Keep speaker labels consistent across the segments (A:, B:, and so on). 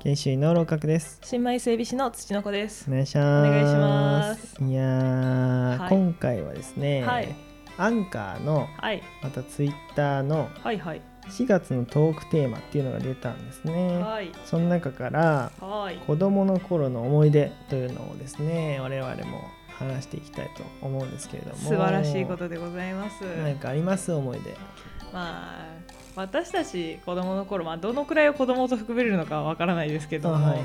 A: 研修医の六角です
B: 新米整備士の土の子です
A: お。願いします
B: お願いします
A: いやー、
B: はい
A: 今回はですね、
B: はい
A: アンカーの
B: はい、
A: またツイッターの
B: はい、はい、
A: 4月のトークテーマっていうのが出たんですね
B: はい、
A: その中から
B: はい、
A: 子供の頃の思い出というのをですね我々も話していきたいと思うんですけれども
B: 素晴らしいことでございます。
A: 何かあります思い出
B: まあ、私たち子供の頃、まあ、どのくらいを子供と含めるのかわからないですけ
A: あ
B: ども。
A: はい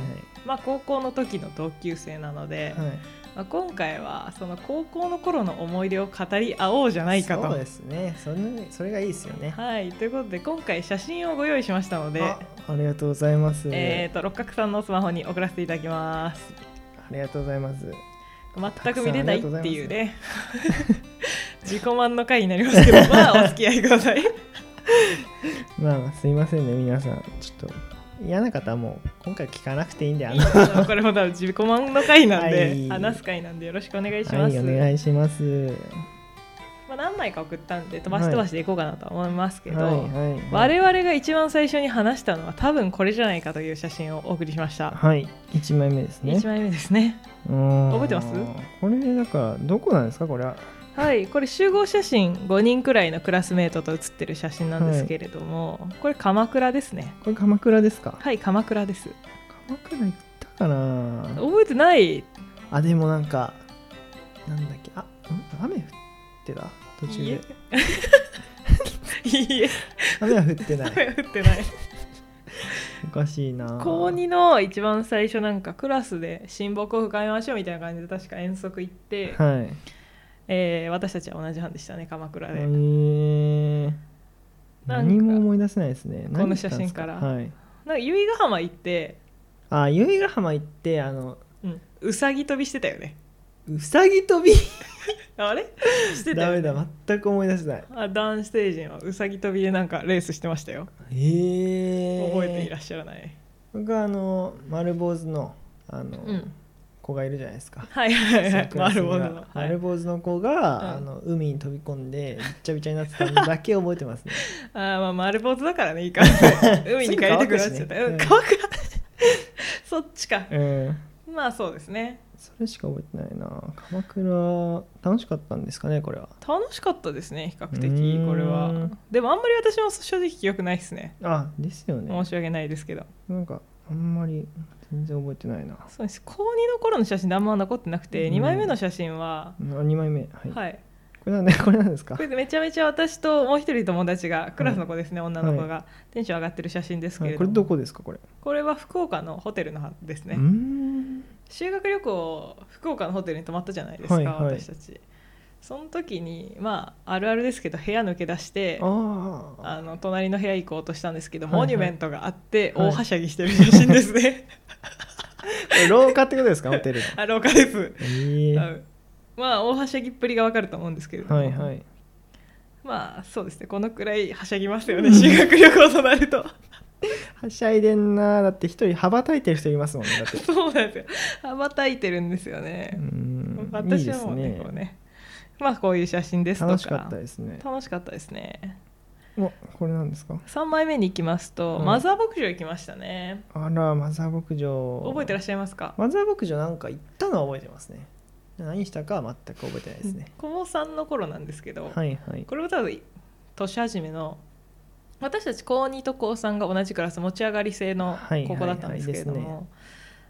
B: まあ、高校の時の同級生なので、
A: はい、はい、
B: まあ、今回はその高校の頃の思い出を語り合おうじゃないかと。
A: そうですねそれそれがいいですよね
B: はい、ということで今回写真をご用意しましたので、
A: あありがとうございます、
B: えー、と六角さんのスマホに送らせていただきます。
A: ありがとうございます
B: 全く見れないっていうね自己満の回になりますけどまあお付き合いくだ さい
A: まあまあすいませんね皆さんちょっと嫌な方はもう今回聞かなくていいんであの
B: あのこれも多分自己満の回なんで、
A: はい
B: 話す回なんでよろしくお願いし
A: は
B: ます、
A: いお願いします
B: まあ、何枚か送ったんで飛ばし飛ばしでいこうかなと思いますけど、
A: はいはい
B: 我々が一番最初に話したのは多分これじゃないかという写真をお送りしました、
A: はい一枚目ですね
B: 一枚目ですね
A: 覚
B: 覚えてます
A: これだからどこなんですかこれは
B: はいこれ集合写真5人くらいのクラスメートと写ってる写真なんですけれども、これ鎌倉ですね
A: これ鎌倉ですか
B: はい鎌倉です
A: 鎌倉行ったかな
B: 覚えてない
A: あでもなんかなんだっけあん雨降ってた途中で
B: いいえいいえ
A: 雨は降ってない
B: 雨降ってない
A: おかし いな
B: 高2の一番最初なんかクラスで親睦を深めましょうみたいな感じで確か遠足行って、
A: はい
B: えー私たちは同じ班でしたね鎌倉で、
A: えー
B: なんか
A: 何も思い出せないですね
B: この
A: 何したんです
B: 写真から
A: はい、
B: なんか由比ヶ浜行って、
A: あ由比ヶ浜行ってあの
B: うん、うさぎ跳びしてたよね
A: うさぎ跳び
B: あれしてた
A: ダ
B: よ、
A: メ
B: ね、
A: だ全く思い出せない
B: あ男子成人はうさぎ跳びでなんかレースしてましたよ
A: へえ
B: 覚えていらっしゃらない、
A: 僕はあの丸坊主のあの、
B: うん
A: 子がいるじゃないですか
B: はいはいはい
A: クラス
B: 丸
A: に
B: 坊
A: は
B: 主の、は
A: 丸
B: い、
A: 坊主の子が、あの海に飛び込んでびっちゃびちゃになってたのだけ覚えてますね
B: あーまあ丸坊主だからねいい か海に帰りたくなっちゃ
A: すぐ乾
B: った、
A: くしね
B: う
A: う
B: ん
A: ん
B: 乾く そっち か
A: うん
B: まあそうですね
A: それしか覚えてないな鎌倉楽しかったんですかねこれは
B: 楽しかったですね比較
A: うー
B: 的
A: ん
B: これはでもあんまり私も正直記憶ないですね
A: あですよね
B: 申し訳ないですけど
A: なんかあんまり全然覚えてないな
B: そうです高2の頃の写真であんま残ってなくて、
A: うん
B: 2枚目の写真は、
A: 2枚目はい、
B: はい
A: これなんでこれなんですか
B: これでめちゃめちゃ私ともう一人友達がクラスの子ですね、女の子が、テンション上がってる写真ですけ
A: は
B: れ
A: い
B: ど
A: こ
B: も
A: れどこですかこれ、
B: これは福岡のホテルのはです
A: うー
B: ね
A: ん
B: 修学旅行福岡のホテルに泊まったじゃないですか、
A: はいはい
B: 私たちその時にまああるあるですけど部屋抜け出して
A: ああ
B: あの隣の部屋行こうとしたんですけど、
A: はいはい
B: モニュメントがあって
A: はい
B: 大はしゃぎしてる写真です ね、
A: これ廊下ってことですかホテル の
B: あ廊下です、
A: ええ
B: うんまあ大はしゃぎっぷりがわかると思うんですけれども、
A: はいはい
B: まあそうですねこのくらいはしゃぎますよね 修学旅行となると
A: はしゃいでんなだって一人羽ばたいてる人いますもんねだって
B: そうなんですよ羽ばたいてるんですよね
A: うー、んいい
B: 私
A: で
B: は
A: す
B: もうね
A: ね
B: こうねまあこういう写真ですとか
A: 楽しかったですね
B: 楽しかったですね
A: おこれなんですか
B: 3枚目に行きますと、
A: うん
B: マザー牧場行きましたね
A: あらマザー牧場
B: 覚えてら
A: っし
B: っしゃいますか
A: マザー牧場なんか行ったのは覚えてますね何したかは全く覚えてないですね、
B: 高3の頃なんですけど、
A: はいはい
B: これも多分年始めの私たち高2と高3が同じクラス持ち上がり制の
A: はい
B: 高校だったんですけれども、
A: はいはいで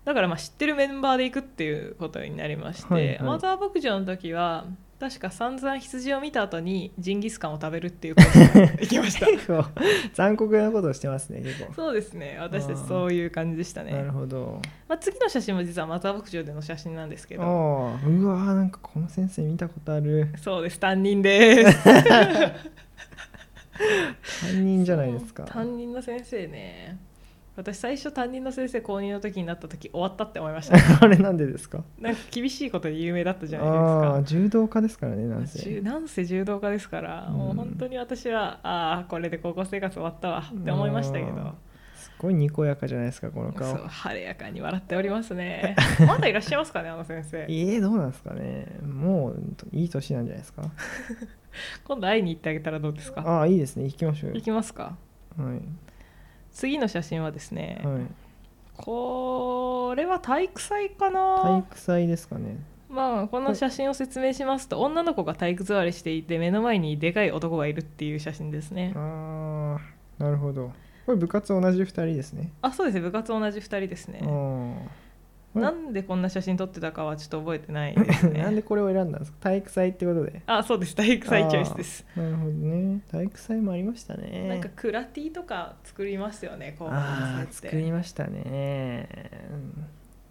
B: だからまあ知ってるメンバーで行くっていうことになりまして、
A: はいはい
B: マザー牧場の時は確か散々羊を見た後にジンギスカンを食べるっていうコース に行きました
A: 結構残酷なことをしてますね結構
B: そうですね私たちそういう感じでした
A: な
B: ね
A: る、ほど
B: まあ、次の写真も実はマザー牧場での写真なんですけど
A: ああうわーなんかこの先生見たことある
B: そうです担任です
A: 担任じゃないですか
B: 担任の先生ね私最初担任の先生公認の時になった時終わったって思 いました、ね、
A: あれなんでですか
B: なんか厳しいことで有名だったじゃない
A: ああ
B: で
A: 柔道家ですからねなん
B: すか
A: せ
B: じゅなんせ柔道家ですから、
A: うん
B: もう本当に私はああこれで高校生活終わったわって思いましたけど
A: うんすごいにこやかじゃないですかこの
B: そ
A: 顔
B: う晴れやかに笑っております ねまだいらっしゃいますかねあの先生
A: えー、どうなんですかねもういい年なんじゃないですか
B: 今度会いに行ってあげたらどうですか
A: ああいいですね行きましょうよ
B: 行きますか
A: はい
B: 次の写真はですね、
A: はい
B: これは体育祭か
A: 体
B: な、
A: 育祭ですかね
B: まあこの写真を説明しますと女の子が体育座りしていて目の前にでかい男がいるっていう写真ですね
A: あーなるほどこれ部活同じ2人ですね
B: あそうですね部活同じ2人ですね
A: あーうん
B: なんでこんな写真撮ってたかはちょっと覚えてないです ね
A: なんでこれを選んだんですか体育祭ってことで
B: あそうです体育祭チョイスです
A: なるほどね体育祭もありましたね
B: なんかクラティとか作りますよね高校
A: あ
B: 生
A: ー
B: って
A: 作りましたね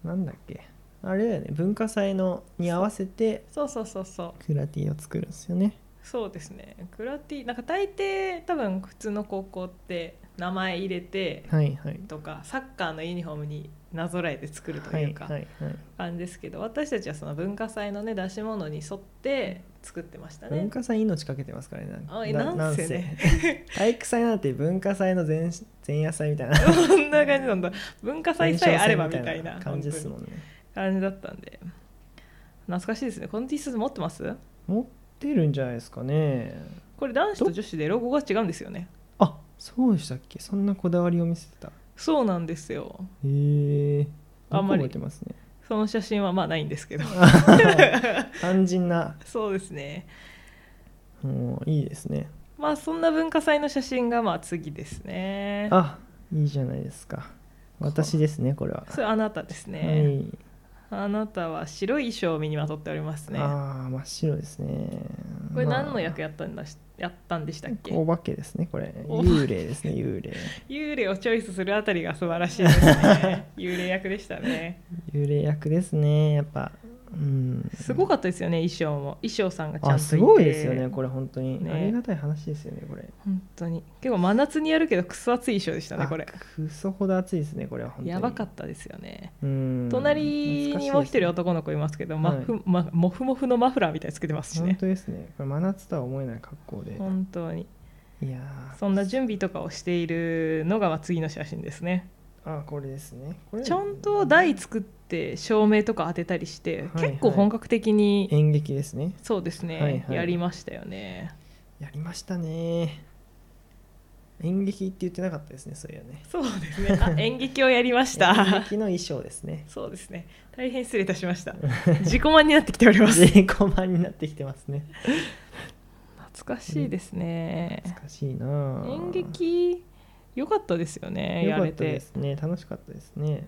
A: うんなんだっけあれだよね文化祭のに合わせて
B: そうそうそうそう
A: クラティを作るんですよね
B: そうですねクラティなんか大抵多分普通の高校って名前入れて
A: はいはい
B: とかサッカーのユニフォームになぞらえて作ると
A: はいいう
B: か
A: はいはい
B: 感じですけど、私たちはその文化祭のね出し物に沿って作ってましたね
A: 文化祭命かけてますからね
B: あ
A: な
B: なんせね
A: なんせ体育祭なんて文化祭の前前夜祭みたいな
B: そんな感じなんだ文化祭さえあればみ たいな
A: 感じですも
B: 本
A: んね
B: 当に感じだったんで懐かしいですねこの T シャツ持ってます
A: 持ってるんじゃないですかね
B: これ男子と女子でロゴが違うんですよね
A: あそうでしたっけそんなこだわりを見せてたへ
B: そうなんですよ
A: え
B: あんまり
A: 覚えてますね
B: その写真はまあないんです けど
A: 肝心な
B: そうですね
A: もういいですね
B: まあそんな文化祭の写真がまあ次ですね
A: あいいじゃないですか私ですねこれは、
B: それあなたです
A: は
B: ね、
A: い、
B: あなたは白い衣装を身にまとっておりますね
A: ああ真っ白ですね
B: これ何の役
A: や
B: やったんだしやったんでしたっけ
A: お化けですねこれ
B: お化け
A: 幽霊ですね幽霊
B: 幽霊をチョイスするあたりが素晴らしいで すね幽霊役でしたね
A: 幽霊役ですねやっぱうん
B: すごかったですよね衣装も衣装さんがちゃんとい
A: あ
B: て
A: すごいですよねこれ本当に、
B: ね
A: ありがたい話ですよねこれ
B: 本当に結構真夏にやるけどクソ暑い衣装でしたね
A: あ
B: これ
A: くそほど暑いですねこれは本当に
B: やばかったですよね
A: うん
B: 隣にもう一人男の子いますけど、マフま、モフモフのマフラーみたいにつけてますし
A: 本
B: ね
A: 当ですねこれ真夏とは思えない格好で
B: 本当に
A: いやー
B: そんな準備とかをしているのがまあ次の写真ですね
A: あこれですねこれ
B: ちゃんと台作って照明とか当てたりして、
A: はい
B: 結構本格的に、
A: 演劇ですね
B: そうですね、
A: はいはい
B: やりましたよね
A: やりましたね演劇って言ってなかったですねそういやね
B: そうです ねあ演劇をやりました
A: 演劇の衣装ですね
B: そうですね大変失礼いたしました 自己満になってきております
A: 自己満になってきてますね
B: 懐かしいですね
A: 難しいなあ
B: 演劇良かったですよね
A: 良
B: や
A: かっ
B: れ
A: たで
B: て
A: すね楽しかったですね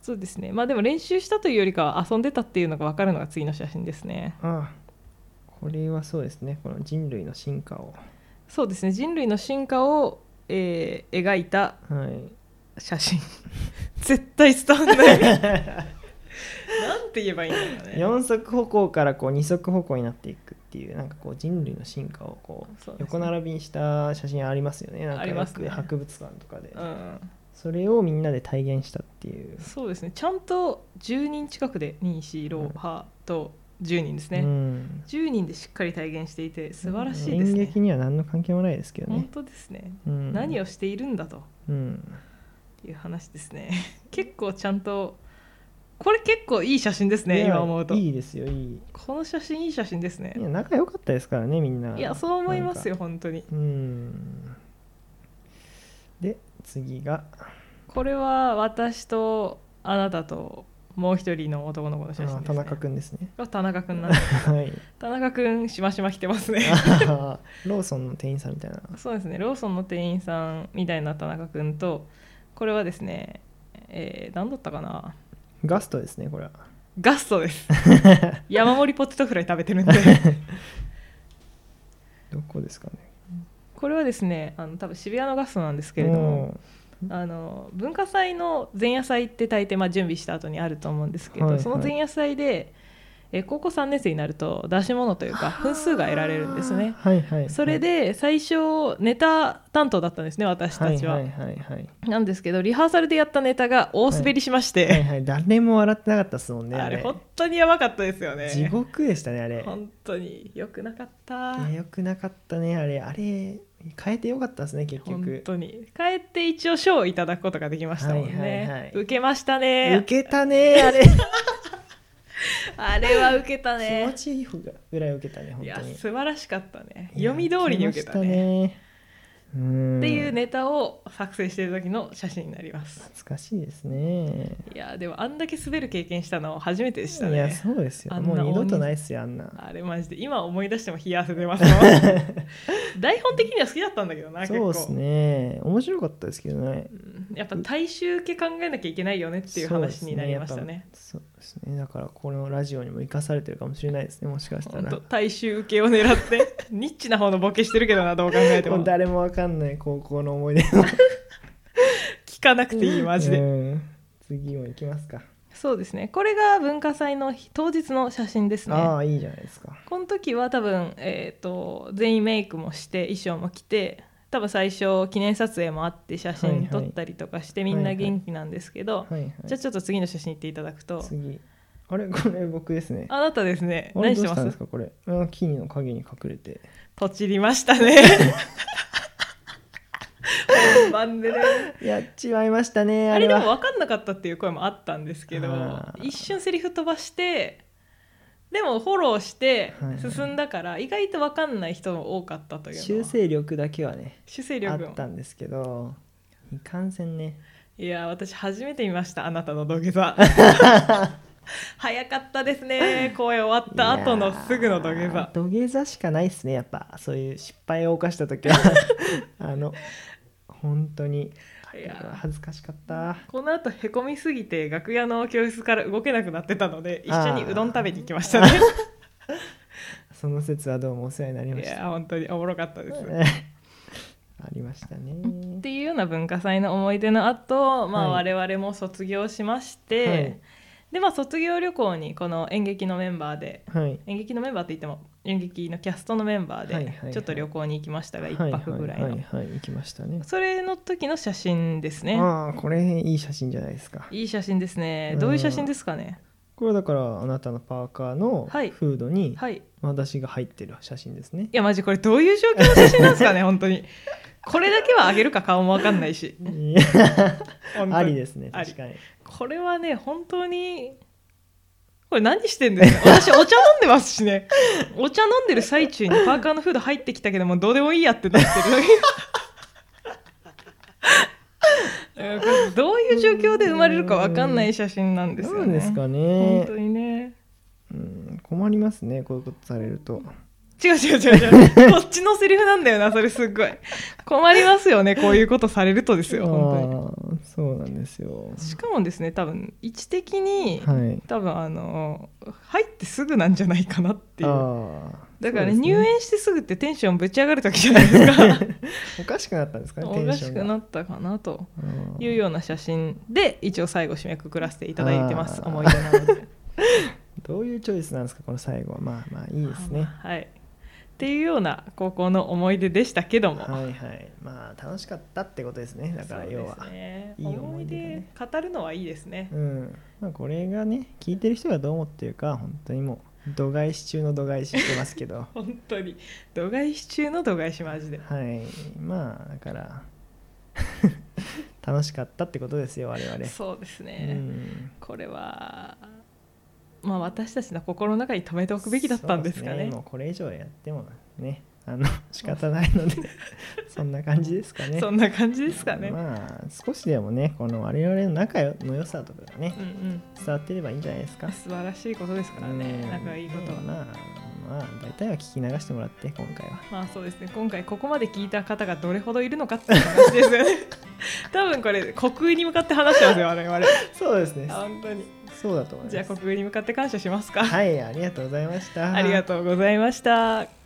B: そうですねまあでも練習したというよりかは遊んでたっていうのが分かるのが次の写真ですね
A: ああこれはそうですねこの人類の進化を
B: そうですね人類の進化を、えー描いた
A: はい
B: 写真絶対伝わん ないなんて言えばいいんだろうね
A: 4足歩行からこう2足歩行になっていくっていうなんかこう人類の進化をこう
B: そうですね
A: 横並びにした写真ありますよねなんか
B: ありますね
A: よく博物館とかで、
B: うん、
A: それをみんなで体現したっていう
B: そうですねちゃんと10人近くで245と10人ですね、
A: うん、
B: 10人でしっかり体現していて素晴らしいです
A: 演
B: ね
A: 劇には何の関係もないですけど
B: 本
A: ね、
B: 当ですね、
A: うん、
B: 何をしているんだと
A: うん
B: いう話ですね 結構ちゃんとこれ結構いい写真です
A: い
B: ね
A: や
B: 今思うと
A: いいですよいい
B: この写真いい写真ですね
A: いや仲良かったですからねみんない
B: やそう思いますよ本当に
A: なんかうんで次が
B: これは私とあなたともう一人の男の子の写真です、
A: あ
B: ね、
A: 田中くんですね
B: 田中くんなんです
A: はい
B: 田中くんしましま来てますね
A: あー ローソンの店員さんみたいな
B: そうですねローソンの店員さんみたいな田中君とこれはですね、えー、何だったかな
A: ガストですねこ れは
B: ガストです 山盛りポテトフライ食べてるんで
A: どこですかね
B: これはですねあの多分渋谷のガストなんですけれどもあの文化祭の前夜祭って大抵まあ準備した後にあると思うんですけど、
A: はいはい
B: その前夜祭で、えー高校3年生になると出し物というか分数が得られるんですね
A: はいはい
B: それで最初ネタ担当だったんですね私たちは、
A: はいはいはい
B: なんですけどリハーサルでやったネタが大滑りしまして、
A: はいはい誰も笑ってなかったですもんね
B: あ
A: あ
B: れ
A: れ
B: 本当にやばかったですよね
A: 地獄でしたねあれ
B: 本当に良くなかった
A: いやよくなかったねあれあれ変えてよかったですね結
B: 本
A: 局
B: 当に帰って一応賞をいただくことができましたもんね、
A: はいはいはい
B: 受けましたね
A: 受けたねあれ
B: あれは受けた
A: 気持
B: ね
A: ちいい方がぐらい受けたね本
B: いや
A: 当に
B: 素晴らしかったね
A: いや
B: 読み通りに受けたね
A: 受けましうん
B: っていうネタを作成してる時の写真になります
A: 懐かしいですね
B: いやーでもあんだけ滑る経験したのは初めてでした
A: いや
B: ね
A: そうですよ
B: あん
A: も
B: な
A: う二度とないっすよあんな
B: あれマジで今思い出しても冷や汗 出ます台本的には好きだったんだけどな結
A: そう
B: 構
A: ですね面白かったですけどね
B: うんやっぱ大衆系考えなきゃいけないよねっていう話になりましたね
A: そうですねやっぱそうですねだからこのラジオにも生かされてるかもしれないですねもしかした
B: 本
A: ら
B: 当大衆受けを狙って ニッチな方のボケしてるけどなどう考えて
A: も
B: も
A: う
B: 聞
A: 誰もわかんない高校の思い出を
B: かなくていいマジで、
A: うん次も行きますか
B: そうですねこれが文化祭の日当日の写真ですね
A: ああいいじゃないですか
B: この時は多分、えー、と全員メイクもして衣装も着て多分最初記念撮影もあって写
A: はいは
B: 真
A: い
B: 撮ったりとかして、みん
A: は
B: ない
A: はい
B: 元気なんですけど、
A: はいはい
B: じゃあちょっと次の写真行っていただくと
A: 次あれこれ僕ですね
B: あなたですね
A: あれ
B: 何し
A: どうし
B: てま
A: たんですすかこれうん木の陰に隠れて
B: とちりました ね本番でね
A: やっちまいましたね
B: あ
A: あれ
B: れでも
A: は
B: 分かんなかったっていう声もあったんですけど
A: あー
B: 一瞬セリフ飛ばしてでもフォローして
A: はいはい
B: 進んだから、意外と分かんない人も多かったというのは
A: 修正力だけはね
B: 修正
A: あ
B: 力も
A: ったんですけどいかんせんね
B: いやー私初めて見ましたあなたの土下 座早かったですね声終わった後のすぐの土下
A: いやー
B: 座
A: 土下座しかないですねやっぱそういう失敗を犯した時 はあの本当に
B: いやー
A: 恥ずかしかった
B: この後へこみすぎて楽屋の教室から動けなくなってたので一緒に
A: あー
B: うどん食べに行きましたね
A: その説はどうもお世話になりま
B: い
A: した
B: やー本当におもろかったです
A: ありました
B: っ
A: ね
B: ていうような文化祭の思い出の後、まあ
A: はい
B: 我々も卒業しまして、
A: はい
B: でまあ卒業旅行にこの演劇のメンバーで
A: はい
B: 演劇のメンバーといっても演劇のキャストのメンバー
A: はいはいは
B: で
A: い
B: ちょっと旅行に行きましたが
A: は
B: 1
A: い
B: 泊ぐらいの、
A: はいはいはい行きましたね
B: それの時の写真ですね
A: ああこれいい写真じゃないですか
B: いい写真ですね
A: うん
B: どういう写真ですかね
A: これだからあなたのパーカーのフ
B: はい
A: ードに
B: はいい
A: 私が入ってる写真ですね、
B: やマジこれどういう状況の写真なんですかね 本当にこれだけはあげるか顔もわかんないし
A: いや
B: 本 当
A: あ
B: に
A: りですね
B: あり
A: 確かに
B: これはね本当にこれ何してんですか 私お茶飲んでますしねお茶飲んでる最中にパーカーのフード入ってきたけどもうどうでもいいやってなってる うんこれどういう状況で生まれるかわかんない写真なんです
A: そ
B: よ
A: う
B: ね。
A: ですか
B: 本
A: ね
B: 当にね
A: うん困りますねこういうことされると
B: 違う違う違 う違うこっちのセリフなんだよなそれすっごい困りますよねこういうことされるとですよ本
A: あーそうなんですよ
B: 当にしかもですね多分位置的に、
A: はい
B: 多分あの入ってすぐなんじゃないかなっていう
A: ああ
B: だか
A: そう
B: らね
A: です
B: 入園してすぐってテンションぶち上がる時じゃないで すか
A: おかしくなったんですかねテ
B: お
A: ン
B: か
A: ショ
B: し
A: ン
B: く
A: が
B: なったかなと
A: あー
B: いうような写真で一応最後締めくくらせていただいてます
A: あー
B: 思い出な ので
A: どういうチョイスなんですかこの最後はまあまあいいですね
B: はいっていうような高校の思い出でしたけども、
A: はいはいまあ楽しかったってことですねだから
B: そう
A: 要
B: で
A: は
B: すね
A: いい思
B: 思
A: い
B: い
A: 出だね
B: 出語るのはいいですね、
A: うんまあ、これがね聞いてる人がどう思ってるかは本当にもう度外視中の度外視してますけど
B: 本当に度外視中の度外視マジで
A: はいまあだから 楽しかったってことですよ我々
B: そうですね、
A: うん
B: これはまあ私たちの心の中に留めておくべきだったんですか
A: そう
B: ね
A: もうこれ以上やってもねあの仕方ないの でそんな感じですかね
B: そんな感じですかね、
A: まあ少しでもねこの我々の仲の良さとかがね
B: うんうん
A: 伝わってればいいんじゃないですか
B: 素晴らしいことですからね、
A: うん
B: 仲いいことは。
A: まあまあ大体は聞き流してもらって今回は
B: まあそうですね、今回ここまで聞いた方がどれほどいるのかっていう話ですよね。 多分これ、国営に向かって話してますよ、我々。
A: そうですね
B: 本当に。
A: そうだと思います
B: じゃあ国営に向かって感謝しますか。
A: はいありがとうございました
B: ありがとうございました。